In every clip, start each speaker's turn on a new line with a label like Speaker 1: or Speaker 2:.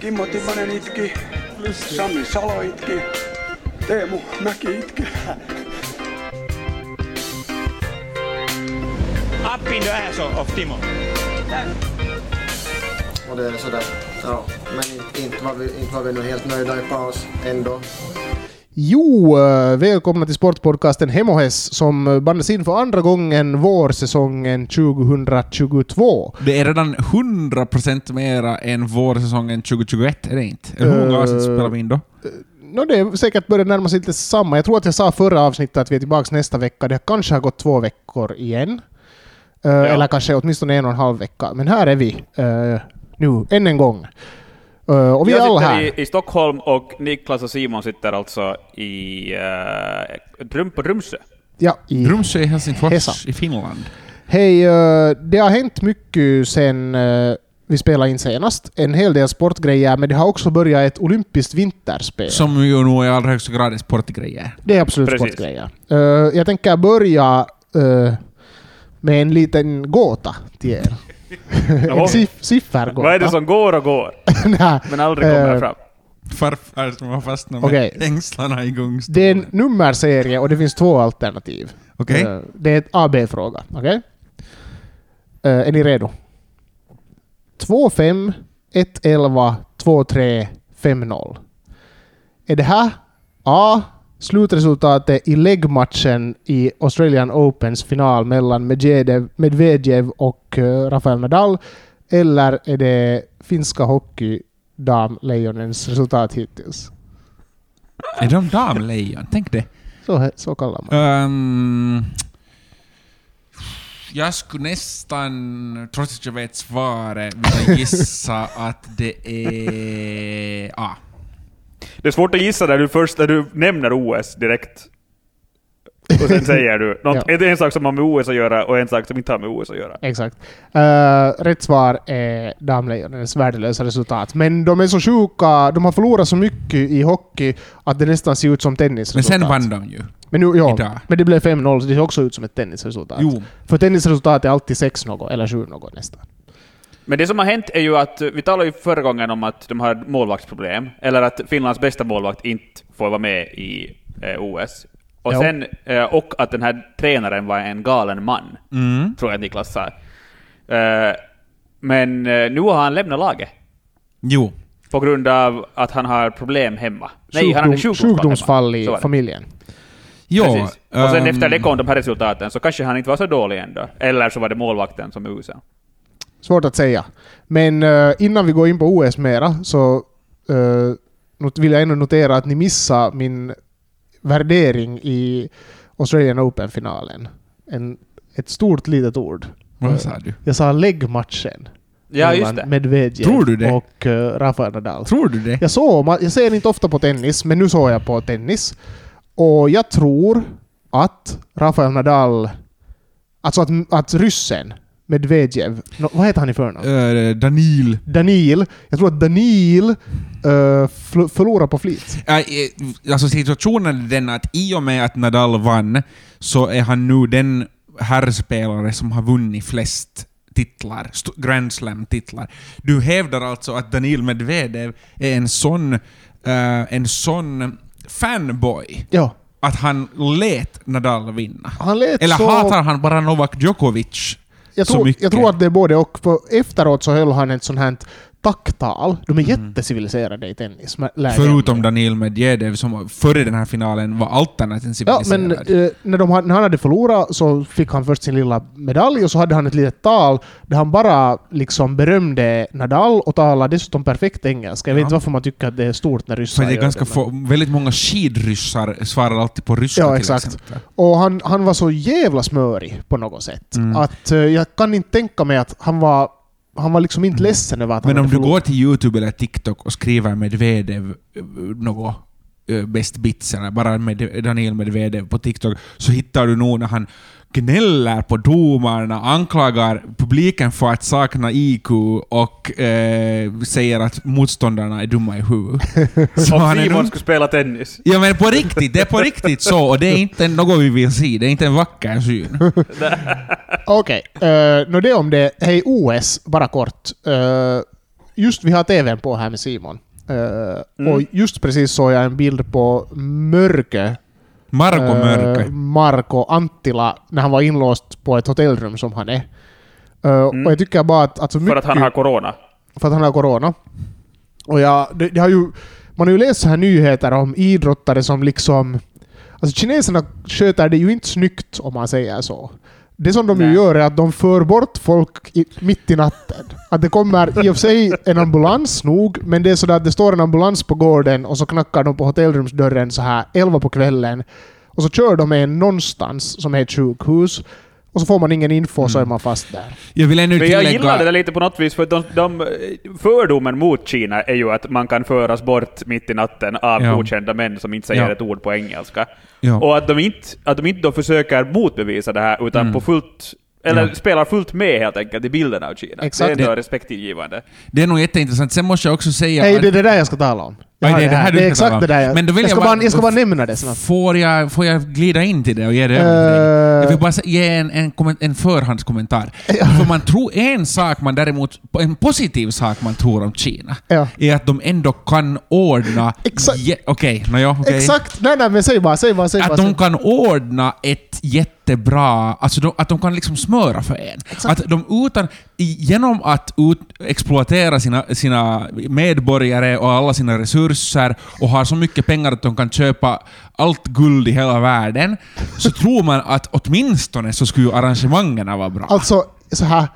Speaker 1: Kimmo Timonen itki, Sami Salo itki, Teemu Mäki itki.
Speaker 2: Up in the ass of, of Timo.
Speaker 3: Och det är sådär. Ja, men inte var vi, inte var vi nu helt nöjda i paus ändå.
Speaker 4: Jo, eh, välkomna till sportpodcasten Hemohes som bandas in för andra gången vårsäsongen 2022.
Speaker 5: Det är redan 100% mera än vårsäsongen 2021, är det inte? Eller hur många
Speaker 4: Eh,
Speaker 5: avsnitt spelar vi in då?
Speaker 4: Nå, det är säkert börjar närma sig lite samma. Jag tror att jag sa förra avsnittet att vi är tillbaka nästa vecka. Det kanske har gått två veckor igen. Eh, Eller kanske åtminstone en och en halv vecka. Men här är vi eh, nu, än en gång. Eh, och vi är
Speaker 6: jag
Speaker 4: alla
Speaker 6: sitter
Speaker 4: här.
Speaker 6: I, i Stockholm och Niklas och Simon sitter alltså i uh, rum på Drumsö.
Speaker 4: Ja, i...
Speaker 5: Drumsö i Helsingfors
Speaker 4: Hesa.
Speaker 5: i Finland.
Speaker 4: Hej, eh, det har hänt mycket sen eh, vi spelade in senast. En hel del sportgrejer, men det har också börjat ett olympiskt vinterspel.
Speaker 5: Som ju nog i allra högsta grad är sportgrejer.
Speaker 4: Det är absolut
Speaker 6: Precis.
Speaker 4: sportgrejer. Eh, jag tänker börja eh, med en liten gåta till er. en
Speaker 6: Jaha.
Speaker 4: siff- siffergåta.
Speaker 6: Vad är det som går och går,
Speaker 4: Nä.
Speaker 6: men aldrig kommer
Speaker 4: Eh,
Speaker 6: fram?
Speaker 5: Farfar som har fastnat med
Speaker 4: Okej.
Speaker 5: ängslarna i gungstolen.
Speaker 4: Det är en nummerserie och det finns två alternativ.
Speaker 5: Okej.
Speaker 4: Eh, det är ett AB-fråga. Okej? Eh, är ni redo? 25 111 23 50. Är det här A. Slutresultatet i läggmatchen i Australian Opens final mellan Medvedev, Medvedev och eh, Rafael Nadal? Eller är det finska hockeydamlejonens resultat hittills?
Speaker 5: Är de damlejon? Tänk det.
Speaker 4: Så, he- så kallar man det.
Speaker 5: Ehm, jag skulle nästan, trots att jag vet svaret, vilja gissa att det är... Ah.
Speaker 6: Det är svårt att gissa när du först när du nämner OS direkt. Och sen säger du något,
Speaker 4: Ja.
Speaker 6: det är en sak som har med OS att göra och en sak som inte har med OS att göra.
Speaker 4: Exakt. Eh, rätt svar är Damlejonens värdelösa resultat. Men de är så sjuka, de har förlorat så mycket i hockey att det nästan ser ut som
Speaker 5: Men
Speaker 4: tennisresultat.
Speaker 5: sen vann de ju.
Speaker 4: Men, nu, ja,
Speaker 5: idag.
Speaker 4: men det blev 5-0, så det ser också ut som ett tennisresultat.
Speaker 5: Jo.
Speaker 4: För tennisresultat är alltid 6 något, eller 7 något nästan.
Speaker 6: Men det som har hänt är ju att, eh, vi talade ju förra gången om att de har målvaktsproblem, eller att Finlands bästa målvakt inte får vara med i eh, OS. Och,
Speaker 4: Ja.
Speaker 6: sen, eh, och att den här tränaren var en galen man,
Speaker 5: Mm.
Speaker 6: tror jag Niklas sa. Eh, men eh, nu har han lämnat laget,
Speaker 5: Jo.
Speaker 6: på grund av att han har problem hemma. Nej, han hade
Speaker 4: Sjukdom,
Speaker 6: sjukdomsfall,
Speaker 4: sjukdomsfall
Speaker 6: hemma.
Speaker 4: i
Speaker 6: Så var det.
Speaker 4: familjen.
Speaker 5: Jo.
Speaker 6: Precis. Och sen
Speaker 5: ehm,
Speaker 6: efter det kom de här resultaten, så kanske han inte var så dålig ändå. Eller så var det målvakten som är usel.
Speaker 4: Svårt att säga. Men eh, innan vi går in på OS mera så eh, not- vill jag ändå notera att ni missar min värdering i Australian Open-finalen. En, ett stort litet ord.
Speaker 5: Vad sa du?
Speaker 4: Jag sa läggmatchen.
Speaker 6: Ja,
Speaker 4: mellan
Speaker 6: just det.
Speaker 4: Medvedev
Speaker 5: Tror du det?
Speaker 4: och eh, Rafael Nadal.
Speaker 5: Tror du det?
Speaker 4: Jag såg, ma- jag ser inte ofta på tennis, men nu såg jag på tennis. Och jag tror att Rafael Nadal, alltså att, att ryssen Medvedev, no, vad heter han i förnamn?
Speaker 5: Eh, Danil.
Speaker 4: Danil. Jag tror att Danil eh, fl- förlorar på flit.
Speaker 5: Eh, eh, alltså situationen är den att i och med att Nadal vann så är han nu den herrspelare som har vunnit flest titlar, st- Grand Slam-titlar. Du hävdar alltså att Danil Medvedev är en sån, eh, en sån fanboy
Speaker 4: Ja.
Speaker 5: att han lät Nadal vinna?
Speaker 4: Han lät
Speaker 5: Eller
Speaker 4: så...
Speaker 5: hatar han bara Novak Djokovic?
Speaker 4: jag
Speaker 5: så
Speaker 4: tror,
Speaker 5: mycket?
Speaker 4: Jag tror att det är både och. För efteråt så höll han ett sånt här tacktal. De är jätteciviliserade i tennis. men- lär jag
Speaker 5: Mm. Förutom
Speaker 4: mig.
Speaker 5: Danil Medvedev som före den här finalen var alternativt
Speaker 4: Ja,
Speaker 5: civiliserad.
Speaker 4: men eh, när, de, ha- när han hade förlorat så fick han först sin lilla medalj och så hade han ett litet tal där han bara liksom berömde Nadal och talade dessutom perfekt engelska. Jag vet
Speaker 5: Ja.
Speaker 4: inte varför man tycker att det är stort när ryssar
Speaker 5: För det är
Speaker 4: gör
Speaker 5: ganska
Speaker 4: men-
Speaker 5: få, väldigt många skidryssar svarar alltid på ryska
Speaker 4: Ja,
Speaker 5: till
Speaker 4: exakt.
Speaker 5: exempel.
Speaker 4: Och han, han var så jävla smörig på något sätt.
Speaker 5: Mm.
Speaker 4: Att eh, jag kan inte tänka mig att han var, han var liksom inte ledsen över att
Speaker 5: Mm.
Speaker 4: han
Speaker 5: Men om
Speaker 4: hade
Speaker 5: du går
Speaker 4: förlorat.
Speaker 5: till Youtube eller TikTok och skriver Medvedev eh, något eh, best bits eller bara med Daniel Medvedev på TikTok så hittar du nog när han gnäller på domarna, anklagar publiken för att sakna IQ och eh, säger att motståndarna är dumma i huvudet. Så
Speaker 6: Om
Speaker 5: han är
Speaker 6: Simon
Speaker 5: nog-
Speaker 6: skulle spela tennis.
Speaker 5: Ja men på riktigt, det är på riktigt så och det är inte något vi vill se, det är inte en vacker syn.
Speaker 4: Okej, okay. det om det. Hej OS, bara kort. Eh, just vi har TVn på här med Simon. Eh, Och
Speaker 5: Mm.
Speaker 4: just precis såg jag en bild på Mörkö
Speaker 5: Marko Mörkö.
Speaker 4: Eh, Marko Anttila när han var inlåst på ett hotellrum som han är. Eh,
Speaker 5: Mm.
Speaker 4: Och jag tycker bara att... Alltså
Speaker 6: För
Speaker 4: mycket,
Speaker 6: att han har corona.
Speaker 4: för att han har corona. Och jag, det, det har ju, man har ju läst så här nyheter om idrottare som liksom... Alltså kineserna sköter det ju inte snyggt om man säger så. Det som de ju
Speaker 6: Nej.
Speaker 4: gör är att de för bort folk i, mitt i natten. Att det kommer i och för sig en ambulans nog, men det är sådär att det står en ambulans på gården och så knackar de på hotellrumsdörren så här elva på kvällen. Och så kör de en någonstans som är ett sjukhus. Och så får man ingen info så är man fast där.
Speaker 5: Jag vill ännu
Speaker 6: Men jag gillar det där
Speaker 5: tillägga...
Speaker 6: lite på något vis, för de, de fördomen mot Kina är ju att man kan föras bort mitt i natten av
Speaker 5: Ja.
Speaker 6: okända män som inte säger
Speaker 5: Ja.
Speaker 6: ett ord på engelska.
Speaker 5: Ja.
Speaker 6: Och att de inte, att de inte då försöker motbevisa det här, utan på fullt eller
Speaker 5: Mm. Ja.
Speaker 6: spelar fullt med helt enkelt i bilden av Kina.
Speaker 4: Exakt.
Speaker 6: Det är ändå
Speaker 5: Det-
Speaker 6: respektingivande.
Speaker 5: Det är nog jätteintressant. Sen måste jag också säga...
Speaker 4: Nej,
Speaker 5: att-
Speaker 4: det är det där jag ska tala om. Jag
Speaker 5: Aj,
Speaker 4: har
Speaker 5: det är det här du
Speaker 4: det är
Speaker 5: ska tala
Speaker 4: exakt
Speaker 5: om.
Speaker 4: det där jag...
Speaker 5: Men då vill
Speaker 4: jag,
Speaker 5: jag
Speaker 4: ska
Speaker 5: bara-
Speaker 4: bara, jag ska bara nämna det snabbt.
Speaker 5: Får jag, får jag glida in till det och ge det över till
Speaker 4: Eh.
Speaker 5: dig? Jag vill bara sä- ge en, en, kommen- en förhandskommentar. För man tror en sak man däremot, en positiv sak man tror om Kina,
Speaker 4: Ja.
Speaker 5: är att de ändå kan ordna...
Speaker 4: Eh. Exakt.
Speaker 5: jä- Okej, nåja, okej.
Speaker 4: Exakt! Nej, nej, men säg bara, säg bara, säg bara.
Speaker 5: Att
Speaker 4: säg.
Speaker 5: de kan ordna ett jättebra... Alltså de, att de kan liksom smöra för en. Att de utan, genom att ut, exploatera sina, sina medborgare och alla sina resurser och ha så mycket pengar att de kan köpa allt guld i hela världen, så tror man att åtminstone så skulle arrangemangen vara bra.
Speaker 4: Alltså, så här.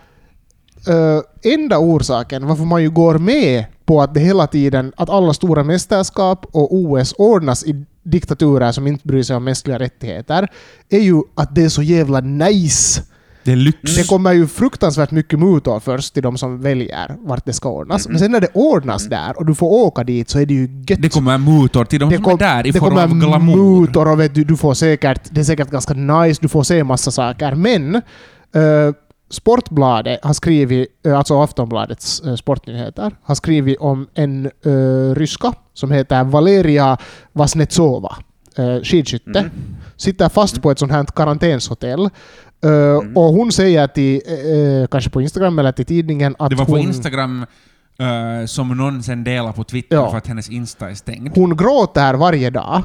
Speaker 4: eh, enda orsaken varför man ju går med på att det hela tiden, att alla stora mästerskap och OS ordnas i diktaturer som inte bryr sig om mänskliga rättigheter, är ju att det är så jävla nice.
Speaker 5: det är lyx.
Speaker 4: Det kommer ju fruktansvärt mycket mutor först till de som väljer vart det ska ordnas. Men sen när det ordnas där och du får åka dit så är det ju gött.
Speaker 5: Mm, Det kommer mutor till de som
Speaker 4: kom-
Speaker 5: är där i
Speaker 4: det
Speaker 5: form
Speaker 4: kommer
Speaker 5: av glamour.
Speaker 4: mutor och vet du, du får säkert, det är säkert ganska nice, du får se massa saker. Men eh, Sportbladet har skrivit, eh, alltså Aftonbladets eh, sportnyheter, har skrivit om en eh, ryska som heter Valeria Vasnetsova, eh, skidskytte.
Speaker 5: Mm.
Speaker 4: Sitter fast på ett sånt här karantänshotell. Eh,
Speaker 5: Mm.
Speaker 4: Och hon säger till, eh, eh, kanske på Instagram eller till tidningen att
Speaker 5: Det var på
Speaker 4: hon...
Speaker 5: Instagram eh, som någon sen delade på Twitter
Speaker 4: Ja.
Speaker 5: för att hennes Insta är stängd.
Speaker 4: Hon gråter varje dag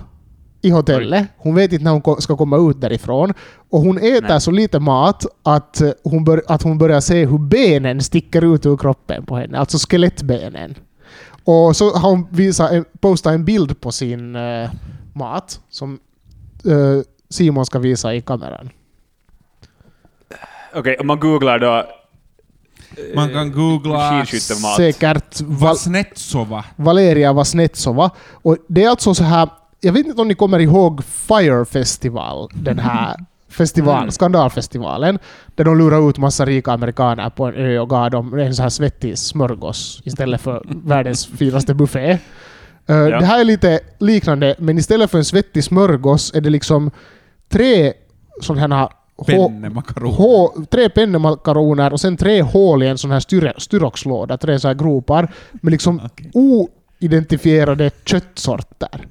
Speaker 4: i hotellet. Hon vet inte när hon ko- ska komma ut därifrån. Och hon äter så lite mat att eh, hon, bör, att hon börjar se hur benen sticker ut ur kroppen på henne. Alltså skelettbenen. Och så har hon visat, en- postat en bild på sin eh, mat som eh, Simon ska visa i kameran.
Speaker 6: Okej, om man googlar då...
Speaker 5: Man kan googla...
Speaker 6: Skidskyttemat.
Speaker 4: Säkert Val-
Speaker 5: Vasnetsova.
Speaker 4: Valeria Vasnetsova. Och det är alltså så här, jag vet inte om ni kommer ihåg Fire Festival, den här festival, skandalfestivalen, där de lurar ut massa rika amerikaner på en ö och gav dem en så här svettig smörgås istället för världens finaste buffé. Eh, Det här är lite liknande, men istället för en svettig smörgås är det liksom tre sådana här hå-
Speaker 5: Pennemakaroni.
Speaker 4: Hå, tre pennemakaroner och sen tre hål i en sån här styre, styroxlåda, tre så här gropar med liksom oidentifierade köttsorter.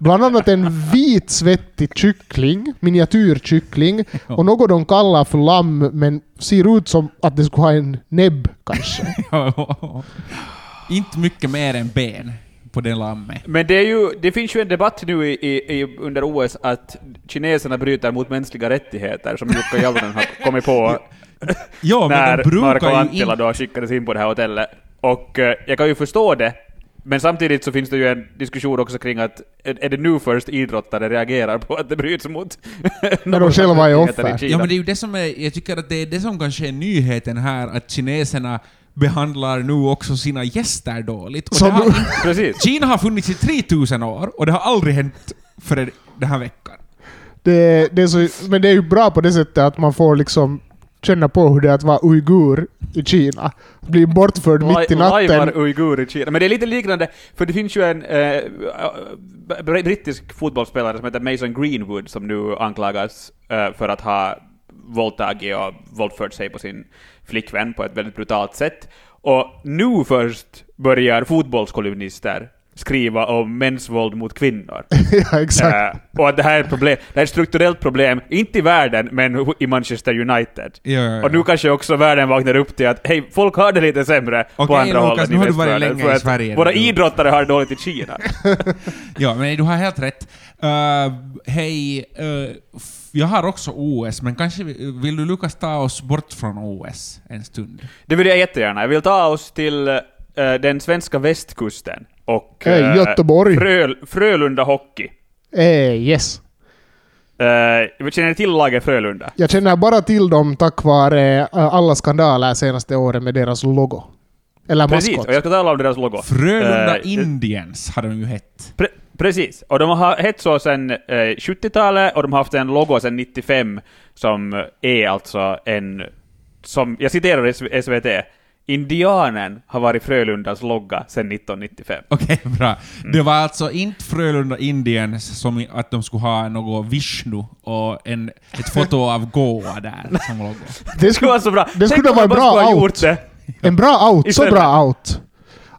Speaker 4: Bland annat en vit svettig kyckling, miniatyrkyckling, och något de kallar för lamm men ser ut som att det skulle ha en näbb kanske.
Speaker 5: Inte mycket mer än ben på den lamme.
Speaker 6: Men det, är ju, det finns ju en debatt nu i, i, i, under OS att kineserna bryter mot mänskliga rättigheter, som Jukka Jalonen har kommit på
Speaker 5: Ja, men de
Speaker 6: när Marko
Speaker 5: brukar ju
Speaker 6: Anttila
Speaker 5: inte...
Speaker 6: då skickades in på det här hotellet. Och eh, jag kan ju förstå det, men samtidigt så finns det ju en diskussion också kring att är är det nu först idrottare reagerar på att det bryts mot...
Speaker 4: Men de själva är
Speaker 6: rättigheter i
Speaker 4: offer.
Speaker 6: Kina?
Speaker 5: Ja, men det är ju det som är, jag tycker att det är det som kanske är nyheten här, att kineserna behandlar nu också sina gäster dåligt. Och
Speaker 4: Som-
Speaker 5: det har inte-
Speaker 6: Precis.
Speaker 5: Kina har funnits i 3000 år och det har aldrig hänt förrän den här veckan.
Speaker 4: Det, det är så, men det är ju bra på det sättet att man får liksom känna på hur det är att vara uigur i Kina. Bli bortförd mitt i
Speaker 6: Lai-
Speaker 4: natten.
Speaker 6: Laivar uigurer i Kina. Men det är lite liknande, för det finns ju en eh, br- brittisk fotbollsspelare som heter Mason Greenwood som nu anklagas eh, för att ha våldtagit och våldfört sig på sin flickvän på ett väldigt brutalt sätt. Och nu först börjar fotbollskolumnister skriva om mäns våld mot kvinnor.
Speaker 4: ja, exakt.
Speaker 6: Eh, och att det här är ett problem, det här är ett strukturellt problem, inte i världen, men i Manchester United.
Speaker 5: Ja, ja, ja.
Speaker 6: Och nu kanske också världen vaknar upp till att hej, folk har det lite sämre på
Speaker 5: Okej,
Speaker 6: andra
Speaker 5: Lukas,
Speaker 6: håll än
Speaker 5: nu
Speaker 6: i
Speaker 5: har du varit
Speaker 6: västvärlden,
Speaker 5: länge
Speaker 6: för
Speaker 5: i
Speaker 6: att
Speaker 5: Sverige.
Speaker 6: Våra
Speaker 5: Du-
Speaker 6: idrottare har det dåligt i Kina.
Speaker 5: Ja, men du har helt rätt. Eh, Hej, eh, f- jag har också OS, men kanske vi- vill du Lukas ta oss bort från OS en stund?
Speaker 6: det vill jag jättegärna. Jag vill ta oss till eh, den svenska västkusten och
Speaker 4: Hej,
Speaker 6: eh,
Speaker 4: Göteborg.
Speaker 6: Fröl, Frölunda Hockey.
Speaker 4: Eh, yes.
Speaker 6: Uh, känner ni till laget Frölunda?
Speaker 4: Jag känner bara till dem tack vare eh, alla skandaler senaste året med deras logo. Eller
Speaker 6: Precis,
Speaker 4: maskot.
Speaker 6: och jag ska tala om deras logo.
Speaker 5: Frölunda
Speaker 6: Eh,
Speaker 5: Indians har de ju hett.
Speaker 6: Pre precis, och de har hett så sedan eh, 70-talet och de har haft en logo sedan 95 som är alltså en, som, jag citerar S- SVT, Indianen har varit Frölundas logga sedan 1995.
Speaker 5: Okej, bra.
Speaker 6: Mm.
Speaker 5: Det var alltså inte Frölunda Indians som i- att de skulle ha något Vishnu och en, ett foto av Goa där som logo.
Speaker 4: Det
Speaker 6: Det var så bra!
Speaker 4: det skulle
Speaker 6: Tänk om
Speaker 4: vara
Speaker 6: de bara
Speaker 4: bra
Speaker 6: skulle ha
Speaker 4: out.
Speaker 6: gjort det.
Speaker 4: En bra out, så
Speaker 6: Istället.
Speaker 4: bra out.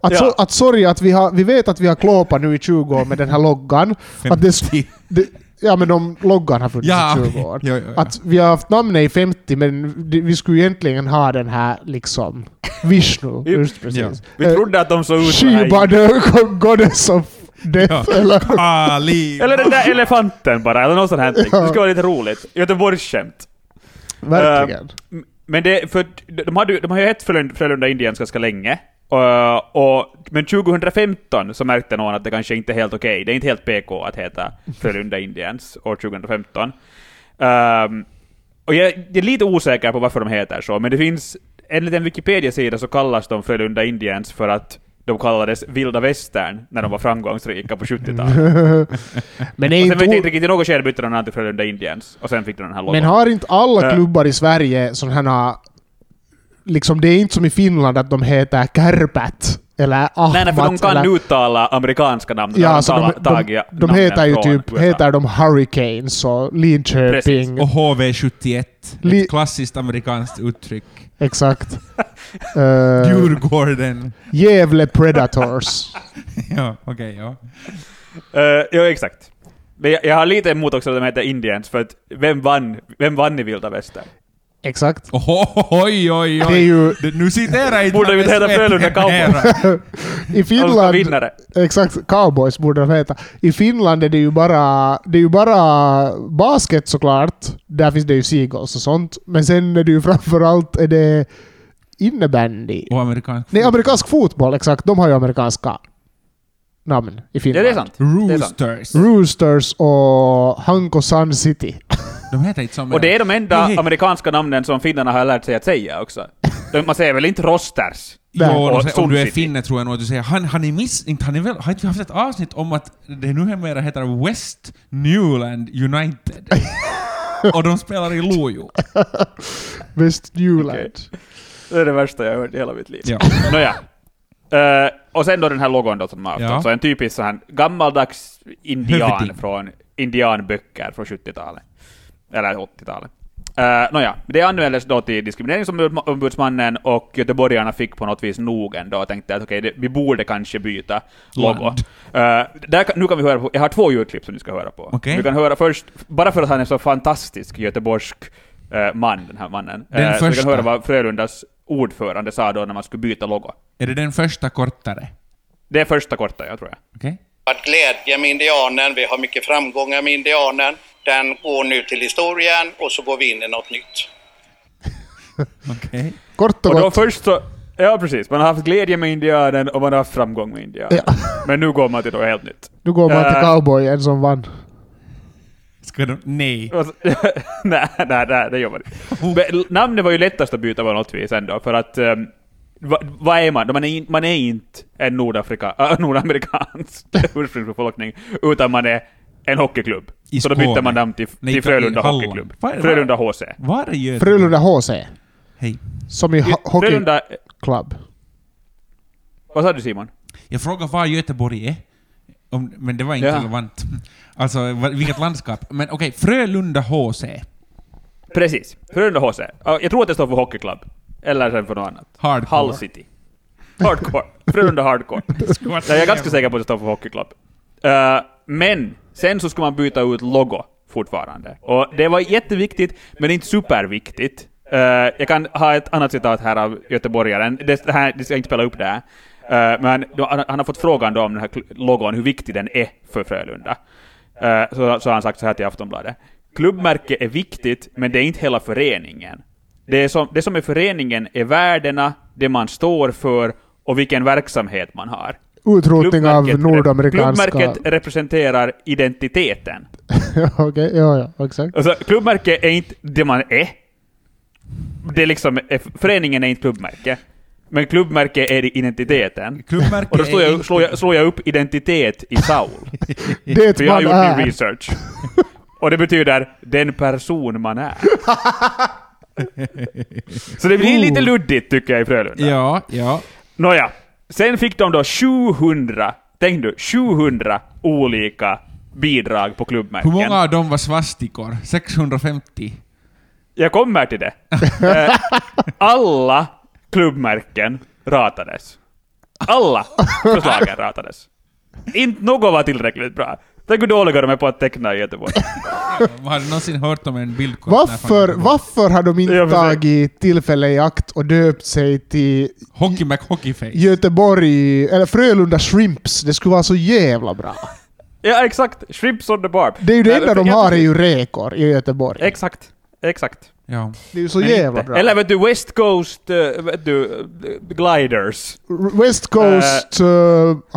Speaker 4: Att,
Speaker 6: Ja.
Speaker 4: så, att sorry att vi, har, vi vet att vi har klåpat nu i 20 år med den här loggan. att det, sk- det, ja men de loggan har funnits
Speaker 5: Ja,
Speaker 4: i 20 år.
Speaker 5: ja, ja, ja.
Speaker 4: Att vi har haft namnet i 50 men det- vi skulle ju egentligen ha den här liksom Vishnu. just precis.
Speaker 6: Vi trodde att de såg ut så här.
Speaker 4: Eh, Shiba the goddess of death eller...
Speaker 5: Ali!
Speaker 6: Eller den där elefanten bara, eller något sånt här.
Speaker 4: Ja.
Speaker 6: Det skulle vara lite roligt. Göteborgsskämt.
Speaker 4: Verkligen.
Speaker 6: Ehm, men det, för de, hade, de har ju hett Frölunda, Frölunda Indians ganska länge. Eh, och, men 2015 så märkte någon att det kanske inte är helt okej. Det är inte helt PK att heta Frölunda Indians år 2015. Ehm, och jag, jag är lite osäker på varför de heter så, men det finns... Enligt en Wikipedia-sida så kallas de Frölunda Indians för att de kallades vilda västern när de var framgångsrika på 70-talet.
Speaker 4: men, är
Speaker 6: Och sen vet jag
Speaker 4: inte,
Speaker 6: inte riktigt, i något skede bytte de namn till Frölunda Indians, och sen fick de den här logon.
Speaker 4: men har inte alla
Speaker 6: Eh.
Speaker 4: klubbar i Sverige sådana här... Liksom, det är inte som i Finland att de heter Kärpät eller Ahmat.
Speaker 6: Nej, nej, för de kan
Speaker 4: eller,
Speaker 6: uttala amerikanska namn.
Speaker 4: Oh, Ja,
Speaker 6: de
Speaker 4: så
Speaker 6: tala-
Speaker 4: de, de,
Speaker 6: tagiga
Speaker 4: de
Speaker 6: namnen
Speaker 4: heter ju
Speaker 6: från
Speaker 4: typ
Speaker 6: USA. Oh.
Speaker 4: heter de Hurricanes och Linköping.
Speaker 5: Och HV71.
Speaker 4: Li-
Speaker 5: Ett klassiskt amerikanskt uttryck.
Speaker 4: Exakt. uh,
Speaker 5: Djurgården.
Speaker 4: Gävle Predators.
Speaker 5: ja, okej, ja.
Speaker 6: Eh, ja, exakt. Men jag, jag har lite emot också att de heter Indians, för att vem vann, vem vann i vilda västern? Alltså,
Speaker 4: Exakt.
Speaker 5: Oj, oj, oj.
Speaker 4: Det är ju-
Speaker 5: Det- Nu citerar jag inte...
Speaker 6: Borde vi inte heta Frölunda Cowboys?
Speaker 4: I
Speaker 6: De ska
Speaker 4: Finland...
Speaker 6: vinnare.
Speaker 4: Exakt, cowboys borde de heta. I Finland är det ju bara, det är ju bara basket såklart. Där finns det ju seagulls och sånt. Men sen är det ju framförallt är det innebandy.
Speaker 5: Och amerikansk...
Speaker 4: Nej, amerikansk fotboll, exakt. De har ju amerikanska namn i
Speaker 6: Ja,
Speaker 4: Finland.
Speaker 6: det är sant. Det är sant.
Speaker 5: Roosters.
Speaker 4: Roosters och Hanko Sun City.
Speaker 5: De heter inte så.
Speaker 6: Och det är de enda
Speaker 5: Nej.
Speaker 6: amerikanska namnen som finnarna har lärt sig att säga också. De- Man säger väl inte rosters?
Speaker 5: Jo,
Speaker 6: Och
Speaker 5: och om
Speaker 6: Sun
Speaker 5: du är
Speaker 6: City.
Speaker 5: finne tror jag nog att du säger han, han är miss... Inte han är väl... Har inte vi haft ett avsnitt om att det numera heter West Newland United? och de spelar i Lojo.
Speaker 4: Västjylland.
Speaker 6: Det är det värsta jag har hört i hela mitt liv.
Speaker 5: Ja.
Speaker 6: Nåja. Eh, och sen då den här logon då som de har haft.
Speaker 5: Ja.
Speaker 6: Så en typisk sån här gammaldags indian
Speaker 5: Hövding.
Speaker 6: från indianböcker från 70-talet. Eller 80-talet. Uh, Nåja, det anmäldes då till diskrimineringsombudsmannen och göteborgarna fick på något vis nog ändå och tänkte att okej, det- vi borde kanske byta logo.
Speaker 5: Land.
Speaker 6: Eh, där, kan- nu kan vi höra på, jag har två ljudklipp som ni ska höra på.
Speaker 5: Okej.
Speaker 6: Vi kan höra först, bara för att han är så fantastisk göteborgsk eh, man, den här mannen.
Speaker 5: Den
Speaker 6: Eh, så vi kan
Speaker 5: första.
Speaker 6: höra vad Frölundas ordförande sa då när man skulle byta logo.
Speaker 5: Är det den första kortare?
Speaker 6: Det är första korta, jag tror jag.
Speaker 5: Okej?
Speaker 7: varit glädje med indianen, vi har mycket framgångar med indianen. Den går nu till historien och så går vi in i något nytt.
Speaker 5: Okej.
Speaker 4: Kort och,
Speaker 6: Och då
Speaker 4: gott.
Speaker 6: först så... Ja, precis. Man har haft glädje med indianen och man har haft framgång med indianen.
Speaker 4: Ja.
Speaker 6: Men nu går man till något helt nytt.
Speaker 4: Nu går man till
Speaker 6: Eh.
Speaker 4: cowboyen som vann.
Speaker 5: Ska de... Nej.
Speaker 6: Och så- nej, nej, nej, det gör man inte. Men Namnet var ju lättast att byta på något vis ändå, för att... ehm, va- Vad är man? Man är, in, man är inte en Nordafrika, äh, nordamerikansk ursprungsbefolkning, utan man är en hockeyklubb.
Speaker 5: I
Speaker 6: så då
Speaker 5: Skåne.
Speaker 6: bytte man namn till,
Speaker 5: Nej,
Speaker 6: till
Speaker 5: i Halland.
Speaker 6: Frölunda Hockeyklubb.
Speaker 5: Vad är det?
Speaker 6: Frölunda HC.
Speaker 5: Var är Göteborg?
Speaker 4: Frölunda HC.
Speaker 5: Hej.
Speaker 4: Som i ho- hockey
Speaker 6: Frölunda...
Speaker 4: club.
Speaker 6: Vad sa du Simon?
Speaker 5: Jag frågar var Göteborg är, om, men det var inte
Speaker 6: Ja.
Speaker 5: relevant. Alltså, va- vilket landskap. Men okej, Frölunda HC.
Speaker 6: Precis. Frölunda HC. Ja, Jag tror att det står för hockeyklubb. Eller sen för något annat.
Speaker 5: Hardcore.
Speaker 6: Hull City. Hardcore. Frölunda Hardcore. Nej, jag är ganska säker på att det står för hockeyklubb. Eh, men sen så skulle man byta ut logo fortfarande. Och det var jätteviktigt, men inte superviktigt. Eh, jag kan ha ett annat citat här av göteborgaren. Det, det här, det ska jag inte spela upp där. Eh, men då, han, han har fått frågan då om den här kl- logon, hur viktig den är för Frölunda. Eh, så, så har han sagt så här till Aftonbladet. Klubbmärke är viktigt, men det är inte hela föreningen. Det som, det som är föreningen är värdena, det man står för och vilken verksamhet man har.
Speaker 4: Utrotning av
Speaker 6: Klubbmärket-
Speaker 4: nordamerikanska...
Speaker 6: Klubbmärket representerar identiteten.
Speaker 4: Okej, ja, ja, exakt.
Speaker 6: Alltså, klubbmärke är inte det man är. Det är liksom, är- föreningen är inte klubbmärke. Men klubbmärke är identiteten.
Speaker 5: Klubbmärke
Speaker 6: Och då slår
Speaker 5: är
Speaker 6: jag,
Speaker 5: inte-
Speaker 6: slår, jag, slår jag upp identitet i Saul.
Speaker 4: Det
Speaker 6: För jag har
Speaker 4: man
Speaker 6: gjort min
Speaker 4: är.
Speaker 6: research. Och det betyder den person man är. Så det blir lite luddigt tycker jag i Frölunda.
Speaker 5: Ja, ja.
Speaker 6: Nåja. Sen fick de då 700, tänk du, 700 olika bidrag på klubbmärken.
Speaker 5: Hur många av dem var svastikor? 650?
Speaker 6: Jag kommer till det. Eh, Alla klubbmärken ratades. Alla förslagen ratades. Inte något var tillräckligt bra. Tänk hur dåliga de är på att teckna i Göteborg.
Speaker 5: Har du någonsin hört om en bildkonstnär?
Speaker 4: Varför,
Speaker 5: från-
Speaker 4: varför har de inte
Speaker 6: Jag försöker-
Speaker 4: tagit tillfälle i akt och döpt sig till
Speaker 5: Hockey Mac Hockeyface.
Speaker 4: Göteborg, eller Frölunda Shrimps? Det skulle vara så jävla bra.
Speaker 6: Ja, exakt. Shrimps on the barb.
Speaker 4: Det är ju det
Speaker 6: Nej,
Speaker 4: enda de har är ju räkor i Göteborg.
Speaker 6: Exakt. Exakt.
Speaker 5: Ja.
Speaker 4: Det är ju så
Speaker 6: Men
Speaker 4: jävla
Speaker 6: inte.
Speaker 4: bra.
Speaker 6: Eller vet du, West Coast eh, vet du, eh, gliders.
Speaker 4: West Coast eh,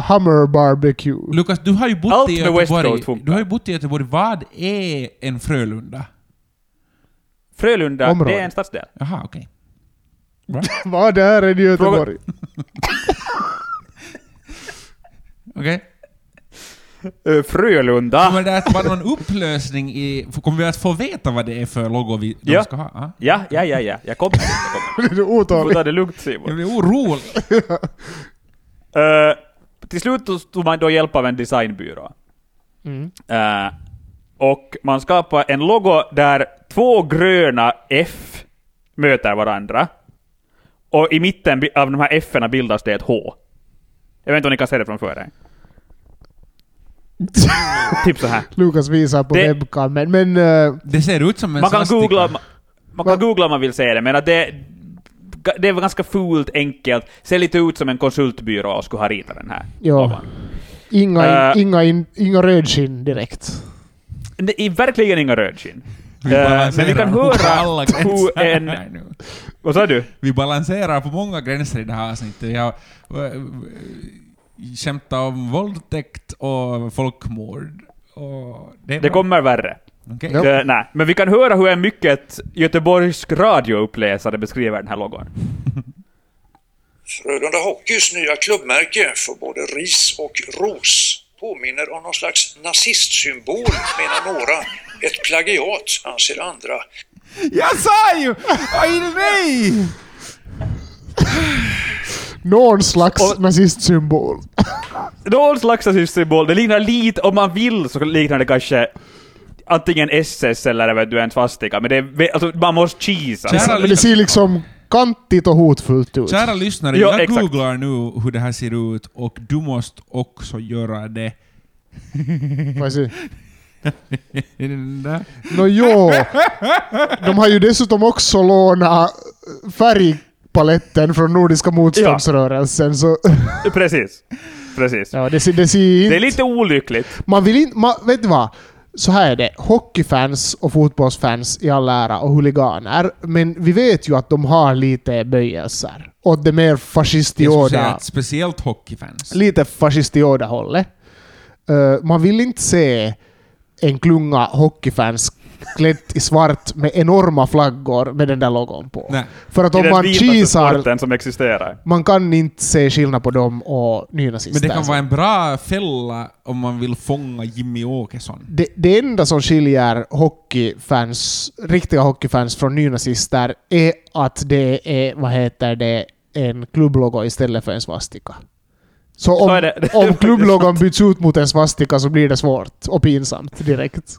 Speaker 4: Hummer Barbecue.
Speaker 5: Lukas, du har ju bott
Speaker 6: Allt
Speaker 5: i
Speaker 6: med West
Speaker 5: Göteborg.
Speaker 6: Coast funkar.
Speaker 5: Du har ju bott i Göteborg. Vad är en Frölunda?
Speaker 6: Frölunda,
Speaker 4: Område.
Speaker 6: det är en stadsdel.
Speaker 5: Jaha, okej.
Speaker 4: Vad är det i Göteborg?
Speaker 5: Okej.
Speaker 6: Eh, Frölunda.
Speaker 5: Kommer det att vara någon
Speaker 6: Ah.
Speaker 5: upplösning i... Kommer vi att få veta vad det är för logo vi de
Speaker 6: Ja.
Speaker 5: ska ha? Ah. Ja.
Speaker 6: Ja, ja, ja, ja. Jag kommer. Jag kommer.
Speaker 4: Det är
Speaker 6: Du får
Speaker 4: otåligt.
Speaker 6: ta det lugnt Simon.
Speaker 5: Jag blir orolig.
Speaker 6: Eh, till slut så tog man då hjälp av en designbyrå. Eh, och man skapar en logo där två gröna F möter varandra. Och i mitten bi- av de här F-erna bildas det ett H. Jag vet inte om ni kan se det framför er. typ så här.
Speaker 4: Lukas visar på
Speaker 6: Det-
Speaker 4: webkamen, men... eh,
Speaker 5: Det ser ut som en
Speaker 6: Man kan
Speaker 5: svastika.
Speaker 6: googla, man, man kan googla om man vill se det, men att det, det är ganska fult, enkelt. Ser lite ut som en konsultbyrå och skulle ha ritat den här.
Speaker 4: ja.
Speaker 6: logon.
Speaker 4: Inga,
Speaker 6: Eh.
Speaker 4: inga, in, inga rödskinn direkt.
Speaker 6: Det är verkligen inga rödskinn.
Speaker 5: Vi
Speaker 6: Eh,
Speaker 5: balanserar
Speaker 6: men vi kan
Speaker 5: på
Speaker 6: höra
Speaker 5: alla gränser
Speaker 6: på en...
Speaker 5: här nu.
Speaker 6: Vad sa du?
Speaker 5: Vi balanserar på många gränser i det här avsnittet. Vi har eh, skämtat om våldtäkt och folkmord. Och det, är
Speaker 6: Det
Speaker 5: bra.
Speaker 6: kommer värre.
Speaker 5: Okej.
Speaker 4: Ja.
Speaker 6: Eh, nej, men vi kan höra hur en mycket göteborgsk radiouppläsare beskriver den här logon.
Speaker 8: Frölunda Hockeys nya klubbmärke för både ris och ros påminner om någon slags nazistsymbol, menar några. Ett plagiat, anser andra.
Speaker 5: Jag sa ju! Aj, nej!
Speaker 4: Någon slags
Speaker 6: Och-
Speaker 4: nazistsymbol.
Speaker 6: Någon slags nazistsymbol, det liknar lite, om man vill så liknar det kanske antingen SS eller vet du, en svastika, men det är, alltså, man måste cheesa.
Speaker 5: Kära,
Speaker 4: Men det ser liksom kantigt och hotfullt ut.
Speaker 5: kära lyssnare,
Speaker 6: Ja,
Speaker 5: jag
Speaker 6: exakt.
Speaker 5: googlar nu hur det här ser ut och du måste också göra det.
Speaker 4: Får jag se?
Speaker 5: Är det den där?
Speaker 4: Nå jo. De har ju dessutom också lånat färgpaletten från Nordiska motståndsrörelsen, så...
Speaker 6: Precis. Precis.
Speaker 4: Ja, det ser, det ser
Speaker 6: Det är
Speaker 4: inte...
Speaker 6: lite olyckligt.
Speaker 4: Man vill inte... Man, vet du vad? Så här är det. Hockeyfans och fotbollsfans i all ära och huliganer, men vi vet ju att de har lite böjelser. Åt det mer
Speaker 5: Jag skulle säga
Speaker 4: fascistioda...
Speaker 5: att speciellt hockeyfans.
Speaker 4: Lite fascistioda-hållet. Eh, man vill inte se en klunga hockeyfans klätt i svart med enorma flaggor med den där logon på.
Speaker 5: Nej.
Speaker 4: För att
Speaker 6: I
Speaker 4: om
Speaker 6: den
Speaker 4: man
Speaker 6: vitaste
Speaker 4: kisar...
Speaker 6: sporten som existerar.
Speaker 4: Man kan inte se skillnad på dem och nynazister.
Speaker 5: Men det kan vara en bra fälla om man vill fånga Jimmy Åkesson.
Speaker 4: det, det enda som skiljer hockeyfans, riktiga hockeyfans från nynazister är att det är, vad heter det, en klubblogo istället för en svastika. Så om,
Speaker 6: är det. Det är
Speaker 4: om
Speaker 6: faktiskt
Speaker 4: klubblogon byts ut mot en svastika så blir det svårt och pinsamt direkt.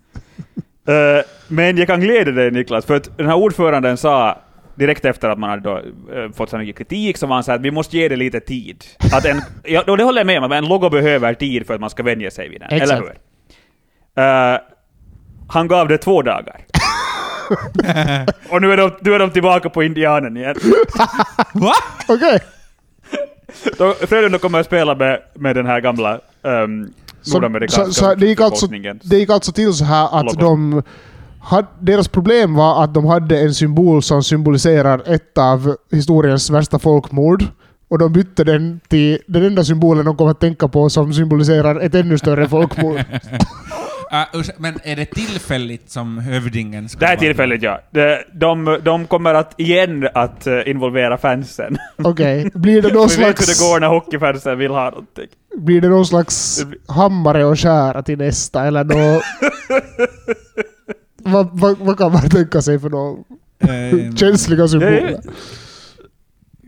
Speaker 6: Eh, men jag kan glädja dig Niklas, för att den här ordföranden sa direkt efter att man hade då, eh, fått så mycket kritik, så var han så här att vi måste ge det lite tid. Att en, ja, och det håller jag med om, att en logo behöver tid för att man ska vänja sig vid den,
Speaker 4: Exakt.
Speaker 6: eller hur? Eh, han gav det två dagar. och nu är, de, nu är de tillbaka på indianen igen.
Speaker 5: Va?
Speaker 4: Okej.
Speaker 6: Då, Frölunda kommer att spela med, med den här gamla um,
Speaker 4: Så, så, så
Speaker 6: nordamerikanska
Speaker 4: det, gick alltså,
Speaker 6: befolkningen.
Speaker 4: det gick alltså till så här att
Speaker 6: Logo.
Speaker 4: de had, deras problem var att de hade en symbol som symboliserar ett av historiens värsta folkmord. Och de bytte den till den enda symbolen de kom att tänka på som symboliserar ett ännu större folkmord.
Speaker 5: Ah, ursäkta, men är det tillfälligt som hövdingen ska
Speaker 6: Det här
Speaker 5: vara-
Speaker 6: tillfället ja. De, de, de kommer att igen att eh, involvera fansen.
Speaker 4: Okej. Blir det någon
Speaker 6: Vi vet hur
Speaker 4: slags...
Speaker 6: det går när hockeyfansen vill ha någonting.
Speaker 4: Blir det någon slags hammare och skära till nästa eller nå... vad, vad, vad kan man tänka sig för någon
Speaker 5: Ehm,
Speaker 4: känsliga symboler?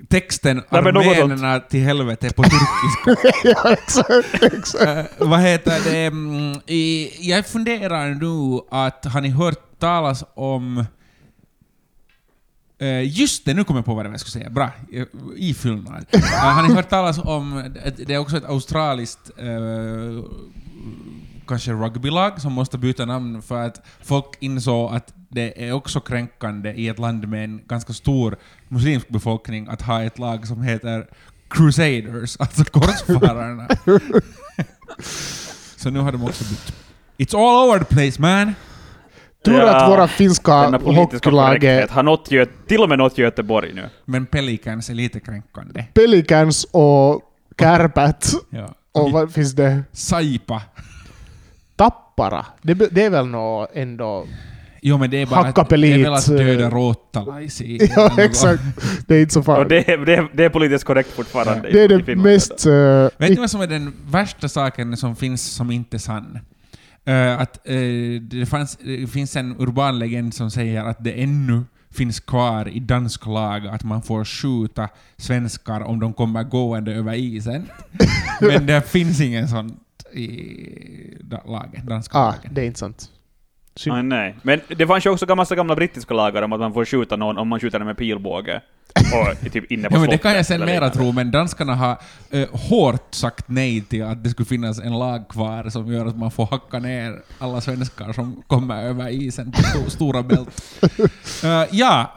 Speaker 5: texten
Speaker 6: Nej, men något sånt.
Speaker 5: Armenerna till helvete på turkiska.
Speaker 4: ja, exakt, exakt.
Speaker 5: Eh, vad heter det? Mm, i- Jag funderar nu att har ni hört talas om... Eh, Just det, nu kommer jag på vad det var jag skulle säga. Bra, eh, ifyllnad. Eh, Har ni hört talas om... Det är också ett australiskt eh, kanske rugbylag som måste byta namn för att folk insåg att det är också kränkande i ett land med en ganska stor muslimsk befolkning att ha ett lag som heter Crusaders, alltså korsfararna. Så nu har de också bytt. It's all over the place man!
Speaker 4: Tur
Speaker 6: Ja,
Speaker 4: att våra finska
Speaker 6: Denna politiska
Speaker 4: hockeylag
Speaker 6: korrekthet
Speaker 4: är
Speaker 6: har nått Gö- till och med nått Göteborg nu.
Speaker 5: Men Pelicans är lite kränkande.
Speaker 4: Pelicans och Kärpät.
Speaker 5: Ja.
Speaker 4: Och Oh, vad finns det?
Speaker 5: Saipa.
Speaker 4: Tappara. Det, be- det är väl nå ändå...
Speaker 5: Jo men det är bara att, det
Speaker 4: Hackapelit,
Speaker 5: är väl att döda
Speaker 4: eh.
Speaker 5: råttalaisi. eller
Speaker 4: Ja,
Speaker 5: något.
Speaker 4: exakt. Det är inte så
Speaker 6: Och
Speaker 4: farligt.
Speaker 6: Mm, det, är- det, är- det är politiskt korrekt fortfarande. i-
Speaker 4: Det är
Speaker 6: i
Speaker 4: det
Speaker 6: Finland.
Speaker 4: mest... eh,
Speaker 5: Vet ni
Speaker 4: ick-
Speaker 5: vad som är den värsta saken som finns som inte är sann? Eh, att eh, det, fanns, det finns en urban legend som säger att det ännu finns kvar i dansk lag att man får skjuta svenskar om de kommer gående över isen. Men det finns ingen sån i da, lagen, danska
Speaker 4: Ah,
Speaker 5: lagen.
Speaker 4: det är inte sant.
Speaker 6: Ah, nej. Men det fanns ju också en massa gamla brittiska lagar om att man får skjuta någon om man skjuter den med pilbåge. Och typ inne på
Speaker 5: Ja, men det
Speaker 6: slottet
Speaker 5: kan jag sen
Speaker 6: eller
Speaker 5: mera
Speaker 6: liknande.
Speaker 5: tro, men danskarna har eh, hårt sagt nej till att det skulle finnas en lag kvar som gör att man får hacka ner alla svenskar som kommer över isen på sto- stora bält. Eh, ja,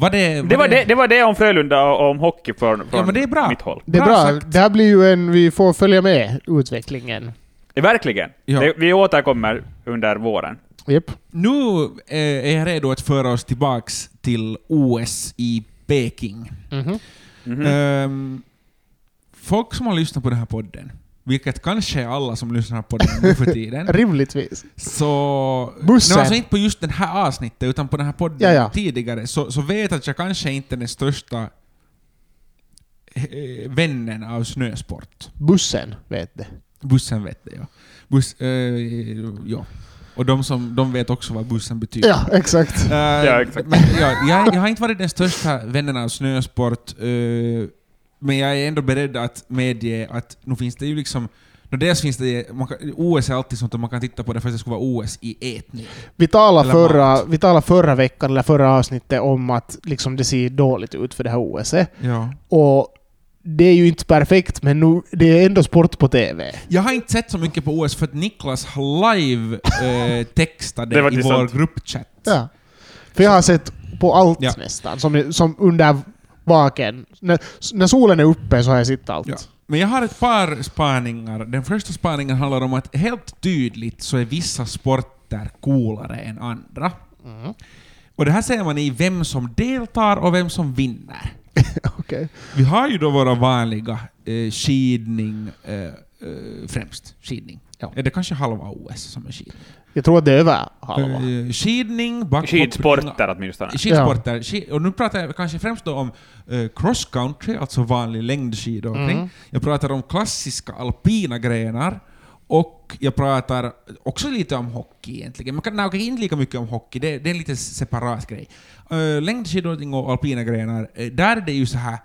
Speaker 5: var det...
Speaker 6: Det var det, det var det om Frölunda och om hockey från, från
Speaker 5: Ja, men det är bra.
Speaker 6: mitt håll.
Speaker 4: Det är
Speaker 5: Bra
Speaker 4: bra.
Speaker 5: sagt.
Speaker 4: Det här blir ju en... Vi får följa med utvecklingen.
Speaker 6: Verkligen.
Speaker 5: Ja.
Speaker 6: Det, vi återkommer under våren.
Speaker 4: Japp.
Speaker 5: Nu eh, är jag redo att föra oss tillbaks till OS i Peking.
Speaker 4: Mhm.
Speaker 5: Ehm, folk som har lyssnat på den här podden, vilket kanske är alla som lyssnar på den nu för tiden,
Speaker 4: Rimligtvis.
Speaker 5: Så...
Speaker 4: Bussen.
Speaker 5: Nej, alltså inte på just den här avsnittet, utan på den här podden
Speaker 4: Ja, ja.
Speaker 5: tidigare, så, så vet att jag kanske inte är den största eh, vännen av snösport.
Speaker 4: Bussen vet det.
Speaker 5: Bussen vet det, ja. Buss, eh, ja. Och de, som, de vet också vad bussen betyder.
Speaker 4: Ja, exakt.
Speaker 5: Eh,
Speaker 6: exakt.
Speaker 5: Men, ja, jag, jag har inte varit den största vännen av snösport, eh, men jag är ändå beredd att medge att nu finns det ju liksom... nå, Dels finns det, man kan, OS är alltid sånt att man kan titta på det för att det skulle vara OS i ätning.
Speaker 4: Vi talade,
Speaker 5: Eller
Speaker 4: förra,
Speaker 5: mat.
Speaker 4: vi talade förra veckan, eller förra avsnittet, om att liksom det ser dåligt ut för det här E. OS.
Speaker 5: Ja.
Speaker 4: Och det är ju inte perfekt, men nu, det är ändå sport på TV.
Speaker 5: Jag har inte sett så mycket på OS för att Niklas har live eh, textade
Speaker 6: Det var
Speaker 5: i
Speaker 6: inte
Speaker 5: vår
Speaker 6: sant.
Speaker 5: gruppchatt.
Speaker 4: Ja. För jag har sett på allt
Speaker 5: Ja.
Speaker 4: nästan, som, som under vaken. När, när solen är uppe så har jag sett allt.
Speaker 5: Ja. Men jag har ett par spaningar. Den första spaningen handlar om att helt tydligt så är vissa sporter coolare än andra.
Speaker 4: Mm.
Speaker 5: Och det här ser man i vem som deltar och vem som vinner.
Speaker 4: Okej.
Speaker 5: Vi har ju då våra vanliga eh, skidning, eh, eh, främst skidning.
Speaker 4: Ja.
Speaker 5: Är det kanske halva OS som är skidning?
Speaker 4: Jag tror att det är över halva.
Speaker 5: Eh, skidning, backhoppning...
Speaker 6: Skidsporter åtminstone.
Speaker 5: Skidsporter, ski- och nu pratar jag kanske främst då om eh, cross country, alltså vanlig längdskidåkning. Jag pratar om klassiska alpina grenar. Och jag pratar också lite om hockey egentligen, men kan- nej, okej, inte lika mycket om hockey, det, det är en lite separat grej. Uh, längdskidåkning och alpina grenar, eh, där är det ju så här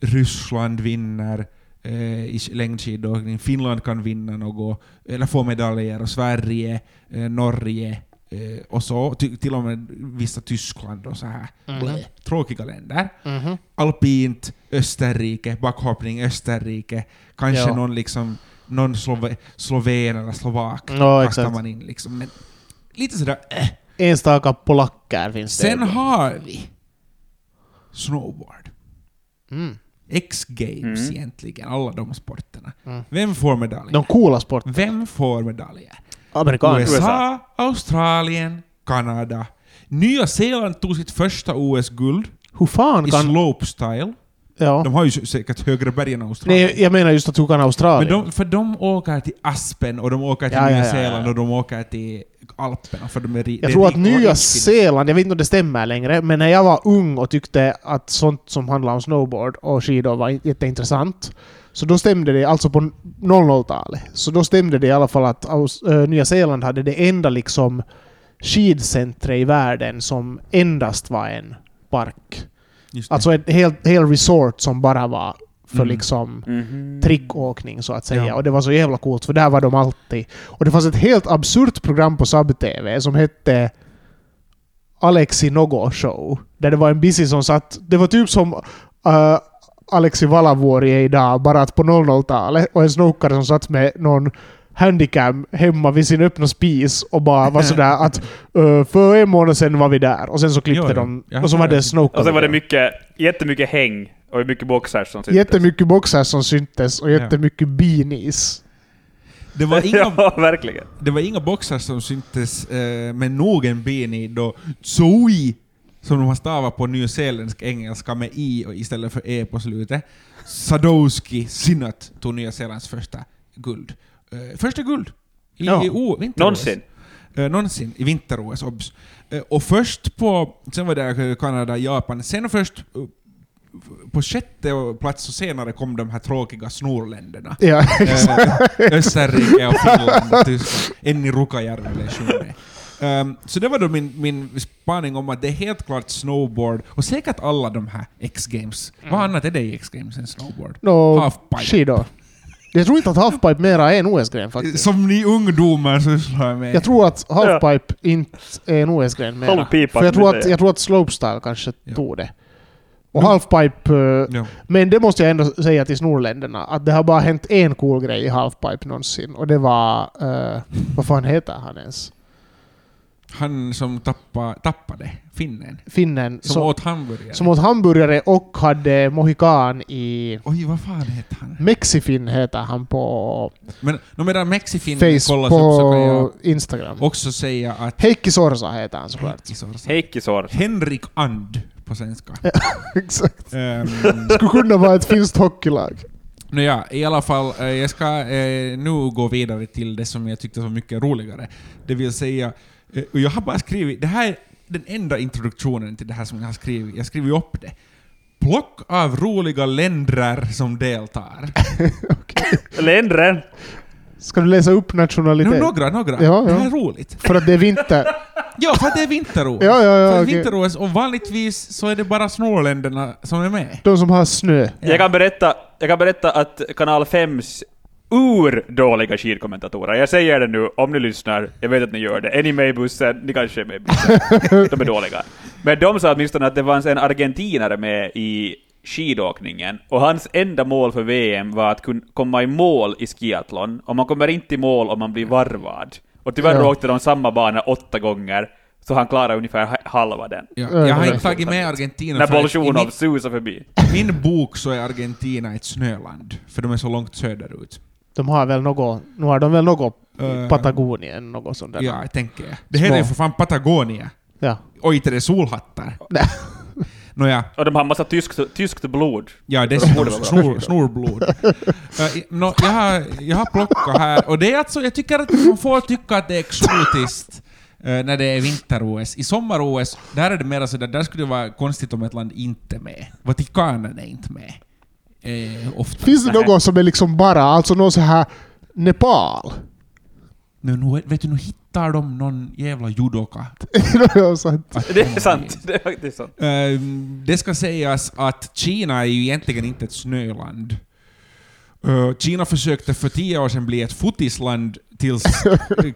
Speaker 5: Ryssland vinner eh, i sk- längdskidåkning, Finland kan vinna något, eller få medaljer, och Sverige, eh, Norge, Eh, och så ty, till och med vissa Tyskland och så här.
Speaker 4: Mm.
Speaker 5: Blä. Tråkiga länder.
Speaker 4: Mm-hmm.
Speaker 5: Alpint, Österrike, backhoppning Österrike. Kanske
Speaker 4: Ja.
Speaker 5: någon, liksom, någon slove, sloven eller slovak
Speaker 4: Ja,
Speaker 5: kastar
Speaker 4: exakt.
Speaker 5: man in. Liksom. Men lite sådär... Äh.
Speaker 4: Enstaka polacker finns det.
Speaker 5: Sen har vi snowboard.
Speaker 4: Mm.
Speaker 5: X-games egentligen, alla de sporterna. Vem får medaljer?
Speaker 4: Mm. De coola sporterna.
Speaker 5: Vem får medaljer?
Speaker 4: Amerikaner.
Speaker 5: USA, Australien, Kanada. Nya Zeeland tog sitt första OS-guld
Speaker 4: Hur fan
Speaker 5: i
Speaker 4: kan...
Speaker 5: slopestyle.
Speaker 4: Ja.
Speaker 5: De har ju säkert högre berg än Australien.
Speaker 4: Nej, jag menar just att hur kan
Speaker 5: Men
Speaker 4: Australien?
Speaker 5: de, för de åker till Aspen och de åker till
Speaker 4: Ja, ja,
Speaker 5: Nya
Speaker 4: ja, ja.
Speaker 5: Zeeland och de åker till Alperna för de är ri- det
Speaker 4: Jag
Speaker 5: är
Speaker 4: tror att
Speaker 5: rika och
Speaker 4: Nya
Speaker 5: infinna.
Speaker 4: Zeeland, jag vet inte om det stämmer längre, men när jag var ung och tyckte att sånt som handlade om snowboard och skidor var jätteintressant, så då stämde det, alltså på 00-talet, så då stämde det i alla fall att Aus- eh, Nya Zeeland hade det enda liksom skidcentret i världen som endast var en park.
Speaker 5: Just det. Mm.
Speaker 4: Alltså en hel, hel resort som bara var för liksom
Speaker 6: Mhm.
Speaker 4: trickåkning så att säga.
Speaker 5: Ja.
Speaker 4: Och det var så jävla coolt för där var de alltid. Och det fanns ett helt absurt program på Sub-TV som hette Alexi Nogo Show. Där det var en busy som satt... Det var typ som eh, Alexi Valavuori är idag, bara att på 00-talet. Och en snokare som satt med någon handicam hemma vid sin öppna spis och bara var sådär att eh, för en månad sedan var vi där. Och sen så klippte
Speaker 5: Jo, jo.
Speaker 4: de...
Speaker 5: Jag
Speaker 4: Och så
Speaker 5: har
Speaker 4: var det
Speaker 5: hört.
Speaker 4: snokare.
Speaker 6: Och sen var det mycket, jättemycket häng och mycket boxers
Speaker 5: Typ.
Speaker 6: som syntes.
Speaker 4: Jättemycket boxar som syntes och jättemycket beanies.
Speaker 5: Det var inga
Speaker 6: Ja, verkligen.
Speaker 5: Det var inga boxar som syntes, eh, men nog en beanie då Zoe, som de har stavat på nyzeeländsk engelska med i och istället för e på slutet, Sadowski Sinnott tog Nya Zeelands första guld. Eh, första guld! I,
Speaker 4: Ja.
Speaker 5: i o, vinter-OS.
Speaker 6: Någonsin.
Speaker 5: Eh, någonsin i vinter-OS, obs. Eh, och först på... Sen var det Kanada, Japan. Sen först eh, på sjätte plats och senare kom de här tråkiga snorländerna.
Speaker 4: Ja, exakt.
Speaker 5: Eh, Österrike och Finland och Tyskland. Enni Rukajärvi blev sjunde. Ehm, så det var då min, min spaning om att det är helt klart snowboard och säkert alla de här X-games. Vad annat är det i X-games än snowboard?
Speaker 4: No,
Speaker 5: Halfpipe.
Speaker 4: skidor. Jag tror inte att halfpipe mera är en OS-gren faktiskt.
Speaker 5: Som ni ungdomar sysslar med.
Speaker 4: Jag tror att halfpipe inte är en OS-gren mera.
Speaker 6: Halvpipa,
Speaker 4: För jag tror,
Speaker 6: det
Speaker 4: att,
Speaker 6: säger.
Speaker 4: jag tror att slopestyle kanske
Speaker 5: Ja.
Speaker 4: tog det. Och halfpipe... eh,
Speaker 5: Ja.
Speaker 4: Men det måste jag ändå säga till snorländerna, att det har bara hänt en cool grej i halfpipe någonsin. Och det var... eh, vad fan heter han ens?
Speaker 5: Han som tappa, tappade, finnen,
Speaker 4: Finnen.
Speaker 5: som
Speaker 4: som,
Speaker 5: åt hamburgare.
Speaker 4: som åt hamburgare och hade mohikan i...
Speaker 5: Oj, vad fan heter han?
Speaker 4: Mexifin heter han på
Speaker 5: Men no, medan Mexifin
Speaker 4: Face
Speaker 5: kollas upp så kan
Speaker 4: på
Speaker 5: jag
Speaker 4: Instagram.
Speaker 5: också säga att...
Speaker 4: Heikki Sorsa heter han såklart.
Speaker 6: Heikkisår.
Speaker 5: Henrik And på svenska.
Speaker 4: Exakt.
Speaker 5: Ehm,
Speaker 4: Skulle kunna vara ett finskt hockeylag.
Speaker 5: Nåja, i alla fall, eh, jag ska eh, nu gå vidare till det som jag tyckte var mycket roligare. Det vill säga, eh, och jag har bara skrivit, det här är den enda introduktionen till det här som jag har skrivit, jag skriver ju upp det. Plock av roliga länder som deltar.
Speaker 6: Ländren!
Speaker 4: Ska du läsa upp nationalitet?
Speaker 5: Nu, några, några.
Speaker 4: Ja,
Speaker 5: Det här är
Speaker 4: ja.
Speaker 5: roligt.
Speaker 4: För att det är vinter.
Speaker 5: Ja, för att det är vinter-OS.
Speaker 4: Ja, ja, ja,
Speaker 5: för
Speaker 4: okej.
Speaker 5: vinter-OS, och vanligtvis så är det bara snåländerna som är med.
Speaker 4: De som har snö.
Speaker 6: Jag kan, berätta, jag kan berätta att Kanal 5s urdåliga skidkommentatorer, jag säger det nu om ni lyssnar, jag vet att ni gör det, är ni med i bussen, ni kanske är med i bussen, de är dåliga. Men de sa åtminstone att det fanns en argentinare med i skidåkningen, och hans enda mål för VM var att kun- komma i mål i skiathlon, och man kommer inte i mål om man blir varvad. Och tyvärr
Speaker 4: Ja.
Speaker 6: åkte de samma bana åtta gånger, så han klarade ungefär ha- halva den.
Speaker 5: Ja,
Speaker 4: Ja,
Speaker 5: jag har
Speaker 4: ja.
Speaker 5: inte tagit med Argentina.
Speaker 6: När
Speaker 5: för att i
Speaker 6: Bolsjunov
Speaker 5: mitt-
Speaker 6: susade förbi.
Speaker 5: I min bok så är Argentina ett snöland, för de är så långt söderut.
Speaker 4: De har väl något... Nu har de väl något
Speaker 5: Eh,
Speaker 4: Patagonien, något sånt där.
Speaker 5: Ja, jag tänker jag. Det här är ju för fan Patagonia.
Speaker 4: Ja.
Speaker 5: Och inte det är solhattar.
Speaker 4: Nej.
Speaker 5: Nåja,
Speaker 6: Och de har massa tyskt, tyskt blod.
Speaker 5: ja, dessutom snor, snorblod. Ja, i- nå, jag, har, jag har plockat här, och det är alltså, jag tycker att man får tycka att det är exotiskt eh, när det är vinter-OS. I sommar-OS, där är det mera sådär, där skulle det vara konstigt om ett land inte är med. Vatikanen är inte med. Eh, ofta.
Speaker 4: Finns det något som är liksom bara, alltså någon så här Nepal?
Speaker 5: Nu, nu, vet du, nu hittar de någon jävla judoka.
Speaker 4: sånt.
Speaker 5: att
Speaker 6: Det
Speaker 5: komma
Speaker 6: är sant.
Speaker 5: dit.
Speaker 6: Det är faktiskt sant.
Speaker 5: Ehm, det ska sägas att Kina är ju egentligen inte ett snöland. Eh, Kina försökte för tio år sedan bli ett fotisland tills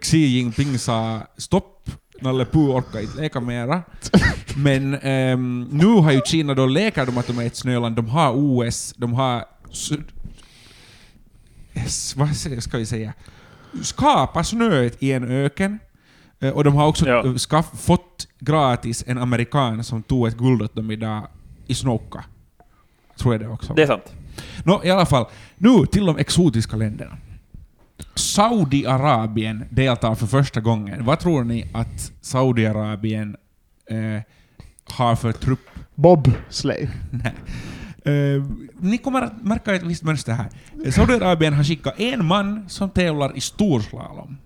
Speaker 5: Xi Jinping sa stopp. Nalle Puh orkar inte leka mera. Men ehm, nu har ju Kina då, leker de att de är ett snöland, de har OS, de har... syd- S, vad säger- ska vi säga? Skapa snöet i en öken. Eh, Och de har också
Speaker 6: Ja.
Speaker 5: eh, skaff, fått gratis en amerikan som tog ett guld åt dem idag i Snokka. Tror jag det också. var.
Speaker 6: Det är sant.
Speaker 5: Nå, i alla fall. Nu till de exotiska länderna. Saudiarabien deltar för första gången. Vad tror ni att Saudiarabien eh, har för trupp?
Speaker 4: Bobsleigh.
Speaker 5: Nej. Eh, ni kommer att märka ett visst mönster här. Eh, Saudiarabien har skickat en man som tävlar i storslalom.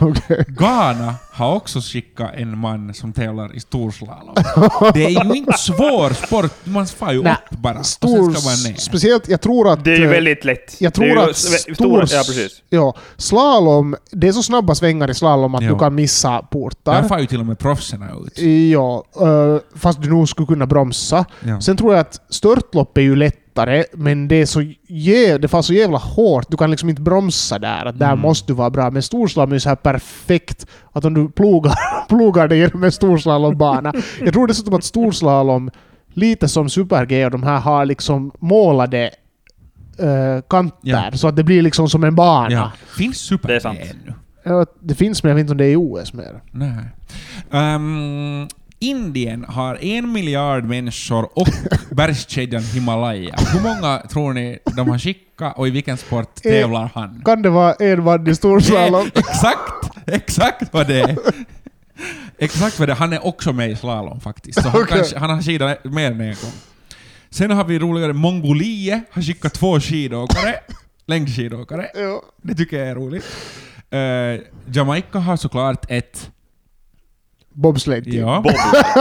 Speaker 4: Okej.
Speaker 5: Ghana har också skickat en man som tävlar i storslalom. Det är ju inte svår sport, man far ju
Speaker 4: Nä,
Speaker 5: upp bara. och sen ska
Speaker 4: Stor,
Speaker 5: man ner.
Speaker 4: speciellt, jag tror att...
Speaker 6: Det är ju
Speaker 4: eh,
Speaker 6: väldigt lätt.
Speaker 4: Jag tror
Speaker 6: det är ju
Speaker 4: att
Speaker 6: sve-
Speaker 4: stor,
Speaker 6: stora- Ja, precis.
Speaker 4: ja, slalom, det är så snabba svängar i slalom att
Speaker 5: Jo.
Speaker 4: du kan missa portar.
Speaker 5: Där far ju till och med proffsen ut.
Speaker 4: Ja, eh, fast du nog skulle kunna bromsa.
Speaker 5: Ja.
Speaker 4: Sen tror jag att störtlopp är ju lättare, men det, är så jä- det far så jävla hårt. Du kan liksom inte bromsa där. Att där
Speaker 5: Mm.
Speaker 4: måste du vara bra. Men storslalom är ju så här perfekt. Att om du plogar, plogar dig genom en storslalombana. jag tror dessutom att storslalom, lite som super-G och de här, har liksom målade eh, kanter.
Speaker 5: Ja.
Speaker 4: Så att det blir liksom som en bana.
Speaker 5: Ja. Finns super
Speaker 6: Det är sant.
Speaker 5: ännu?
Speaker 4: Ja, Det finns, men jag vet inte om det är i OS mer.
Speaker 5: Nej. Ehm, Indien har en miljard människor och bergskedjan Himalaya. Hur många tror ni de har skickat och i vilken sport
Speaker 6: Eh,
Speaker 5: tävlar han?
Speaker 4: Kan det vara en man i storslalom?
Speaker 5: Det är Exakt! Exakt vad det är. Exakt vad det är. Han är också med i slalom faktiskt. Så han,
Speaker 4: Okej.
Speaker 5: kan, han har skidat mer än en gång. Sen har vi roligare Mongoliet. Har skickat två skidåkare. Längdskidåkare.
Speaker 4: Ja.
Speaker 5: Det tycker jag är roligt. Eh, Jamaica har såklart ett...
Speaker 4: Bobsleigh-team.
Speaker 5: Ja.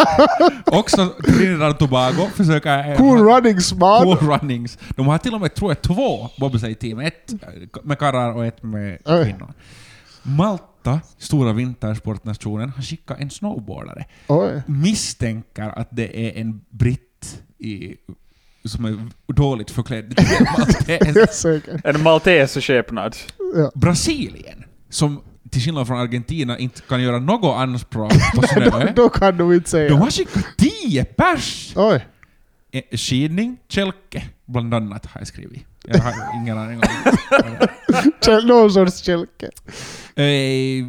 Speaker 5: Också Trinidad och Tobago försöker...
Speaker 4: Cool runnings man!
Speaker 5: Cool runnings. De har till och med, tror jag, två bobsleigh-team. Ett eh, med karlar och ett med
Speaker 4: Oj.
Speaker 5: kvinnor. Malta, stora vintersportnationen, har skickat en snowboardare.
Speaker 4: Oj.
Speaker 5: Misstänker att det är en britt i, som är dåligt förklädd. Det är en
Speaker 4: Säkert.
Speaker 6: En maltes skepnad.
Speaker 5: Brasilien, som till skillnad från Argentina inte kan göra något anspråk på snö.
Speaker 4: Då kan de inte säga.
Speaker 5: De har skickat tio pers!
Speaker 4: Oj.
Speaker 5: Eh, Skidning, kälke, bland annat har jag skrivit. Jag har ingen aning om det.
Speaker 4: Käl- Någon sorts kälke.
Speaker 5: Eh,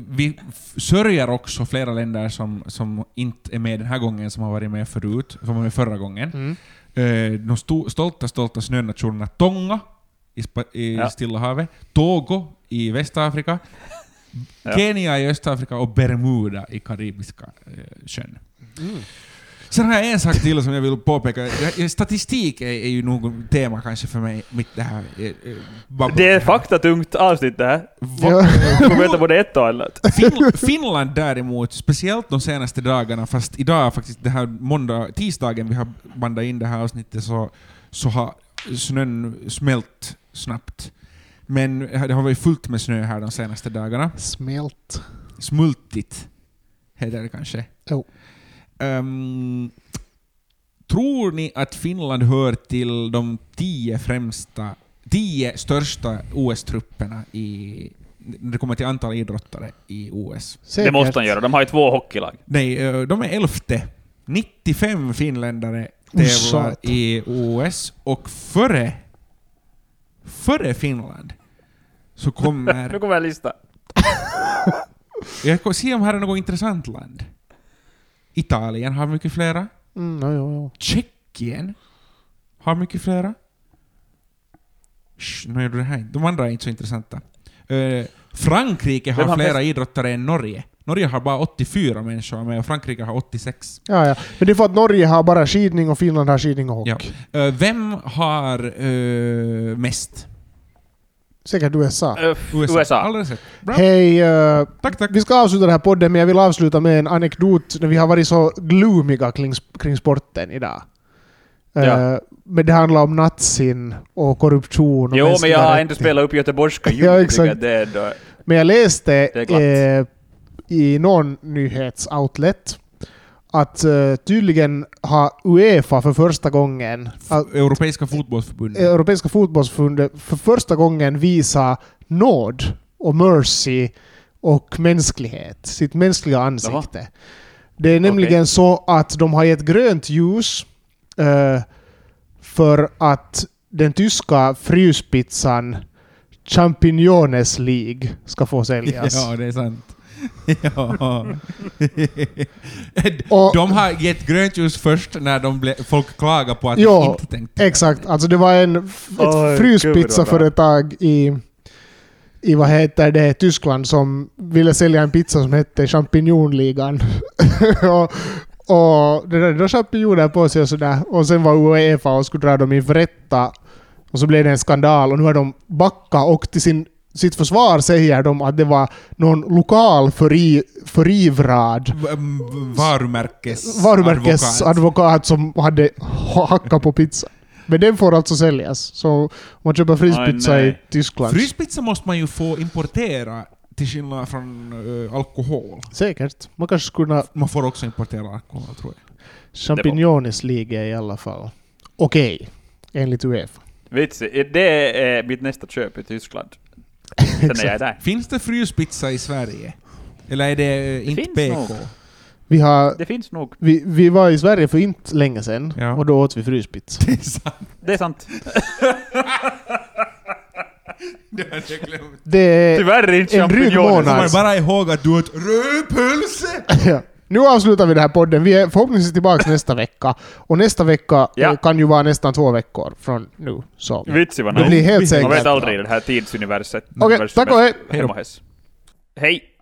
Speaker 5: Vi f- sörjer också flera länder som, som inte är med den här gången, som har varit med förut, som var med förra gången.
Speaker 6: Mm.
Speaker 5: Eh, De sto- stolta, stolta snönationerna Tonga i, Spa- i
Speaker 6: Ja.
Speaker 5: Stilla havet, Togo i Västafrika, Kenya i Östafrika och Bermuda i Karibiska eh, sjön.
Speaker 6: Mm.
Speaker 5: Sen har jag en sak till som jag vill påpeka. Jag- jag- Statistik är, är ju något tema kanske för mig, mitt det här... eh, eh, babblet
Speaker 6: Det är
Speaker 5: här.
Speaker 6: faktatungt avsnitt det här.
Speaker 5: Va-
Speaker 4: Ja.
Speaker 6: Du får veta både ett och annat.
Speaker 5: Fin Finland däremot, speciellt de senaste dagarna, fast idag faktiskt, det här måndag, tisdagen vi har bandat in det här avsnittet, så, så har snön smält snabbt. Men det har varit fullt med snö här de senaste dagarna.
Speaker 4: Smält.
Speaker 5: Smultigt, heter det kanske.
Speaker 4: Jo.
Speaker 5: Ehm, tror ni att Finland hör till de tio främsta, tio största OS-trupperna i, när det kommer till antal idrottare i OS?
Speaker 6: Det måste han göra. De har ju två hockeylag.
Speaker 5: Nej, eh, de är elfte. 95 finländare
Speaker 4: Oh,
Speaker 5: tävlar
Speaker 4: satan.
Speaker 5: i OS och före, före Finland så
Speaker 6: Nu
Speaker 5: kommer...
Speaker 6: kommer en lista.
Speaker 5: Jag ska se om här är något intressant land. Italien har mycket flera.
Speaker 4: Mm, no, jo, jo.
Speaker 5: Tjeckien har mycket flera. Shh, nu gjorde det här inte. De andra är inte så intressanta. Eh, Frankrike har,
Speaker 6: Vem har
Speaker 5: flera
Speaker 6: bäst?
Speaker 5: idrottare än Norge. Norge har bara 84 människor med och Frankrike har 86.
Speaker 4: Ja, ja. Men det är för att Norge har bara skidning och Finland har skidning och
Speaker 5: Ja.
Speaker 4: hockey.
Speaker 5: Eh, vem har eh, mest?
Speaker 4: Säkert USA.
Speaker 6: Ö, USA.
Speaker 5: Alldeles rätt. Bra.
Speaker 4: Hej, eh,
Speaker 5: Tack, tack.
Speaker 4: vi ska avsluta den här podden, men jag vill avsluta med en anekdot när vi har varit så gloomiga kring, kring sporten idag. Eh,
Speaker 6: Ja.
Speaker 4: Men det handlar om nazin och korruption och
Speaker 6: Jo, men
Speaker 4: mänskliga
Speaker 6: jag har ändå
Speaker 4: rättigheter.
Speaker 6: spelat upp göteborgska ju.
Speaker 4: Ja,
Speaker 6: Jag
Speaker 4: exakt.
Speaker 6: tycker att Det är ändå...
Speaker 4: Men jag läste
Speaker 6: Det är glatt.
Speaker 4: eh, i någon nyhetsoutlet att eh, tydligen har Uefa för första gången, att
Speaker 5: Europeiska fotbollsförbundet.
Speaker 4: Europeiska fotbollsförbundet för första gången visar nåd och mercy och mänsklighet, sitt mänskliga ansikte. Det är nämligen så att de har gett grönt ljus eh, för att den tyska fryspizzan Champignones League ska få säljas.
Speaker 5: Ja, det är sant. Ja.
Speaker 4: Och-
Speaker 5: de har gett grönt ljus först när de ble, folk klagar på att de
Speaker 4: Ja,
Speaker 5: inte tänkte.
Speaker 4: exakt. Alltså det var en f-
Speaker 9: Oj,
Speaker 4: ett fryspizzaföretag i, i vad heter det, Tyskland som ville sälja en pizza som hette Champinjonligan. och, och det där, det var champinjoner på sig och sådär. Och sen var Uefa och skulle dra dem inför rätta. Och så blev det en skandal och nu har de backat och till sin, sitt försvar säger de att det var någon lokal föri, förivrad
Speaker 5: Mm, Varumärkes... advokat.
Speaker 4: varumärkesadvokat som hade ha- hackat på pizza. Men den får alltså säljas. Så om man köper fryspizza
Speaker 6: Aj,
Speaker 4: i
Speaker 6: nej.
Speaker 4: Tyskland...
Speaker 5: Fryspizza måste man ju få importera till skillnad från eh, alkohol.
Speaker 4: Säkert. Man kanske skulle kunna...
Speaker 5: Man får också importera alkohol tror jag.
Speaker 4: Champinjones liga i alla fall. Okej. Enligt Uefa.
Speaker 6: Vits, det är mitt nästa köp i Tyskland. Sen är jag där.
Speaker 5: Finns det fryspizza i Sverige? Eller är det eh, inte
Speaker 6: finns
Speaker 5: PK?
Speaker 6: nog.
Speaker 4: Vi, har,
Speaker 6: Det finns nog.
Speaker 4: vi, vi var i Sverige för inte länge sedan
Speaker 5: Ja.
Speaker 4: och då åt vi fryspizza.
Speaker 5: Det
Speaker 6: Det är
Speaker 5: är sant.
Speaker 6: sant.
Speaker 5: Det hade jag glömt.
Speaker 4: Det är...
Speaker 6: Tyvärr är det inte
Speaker 4: En dryg
Speaker 6: champinjoner.
Speaker 4: månad.
Speaker 5: Kommer bara ihåg att du åt rödpölse!
Speaker 4: Ja. Nu avslutar vi den här podden. Vi är förhoppningsvis tillbaka nästa vecka. Och nästa vecka
Speaker 6: Ja.
Speaker 4: eh, kan ju vara nästan två veckor från nu. Så
Speaker 6: Vitsi vad
Speaker 4: det
Speaker 6: nice.
Speaker 4: blir helt
Speaker 5: Man
Speaker 4: säkert...
Speaker 6: Man vet aldrig i det här tidsuniverset.
Speaker 4: Okej,
Speaker 6: Universum
Speaker 4: tack och
Speaker 6: är- Hej.
Speaker 4: hej.
Speaker 6: då. Hej.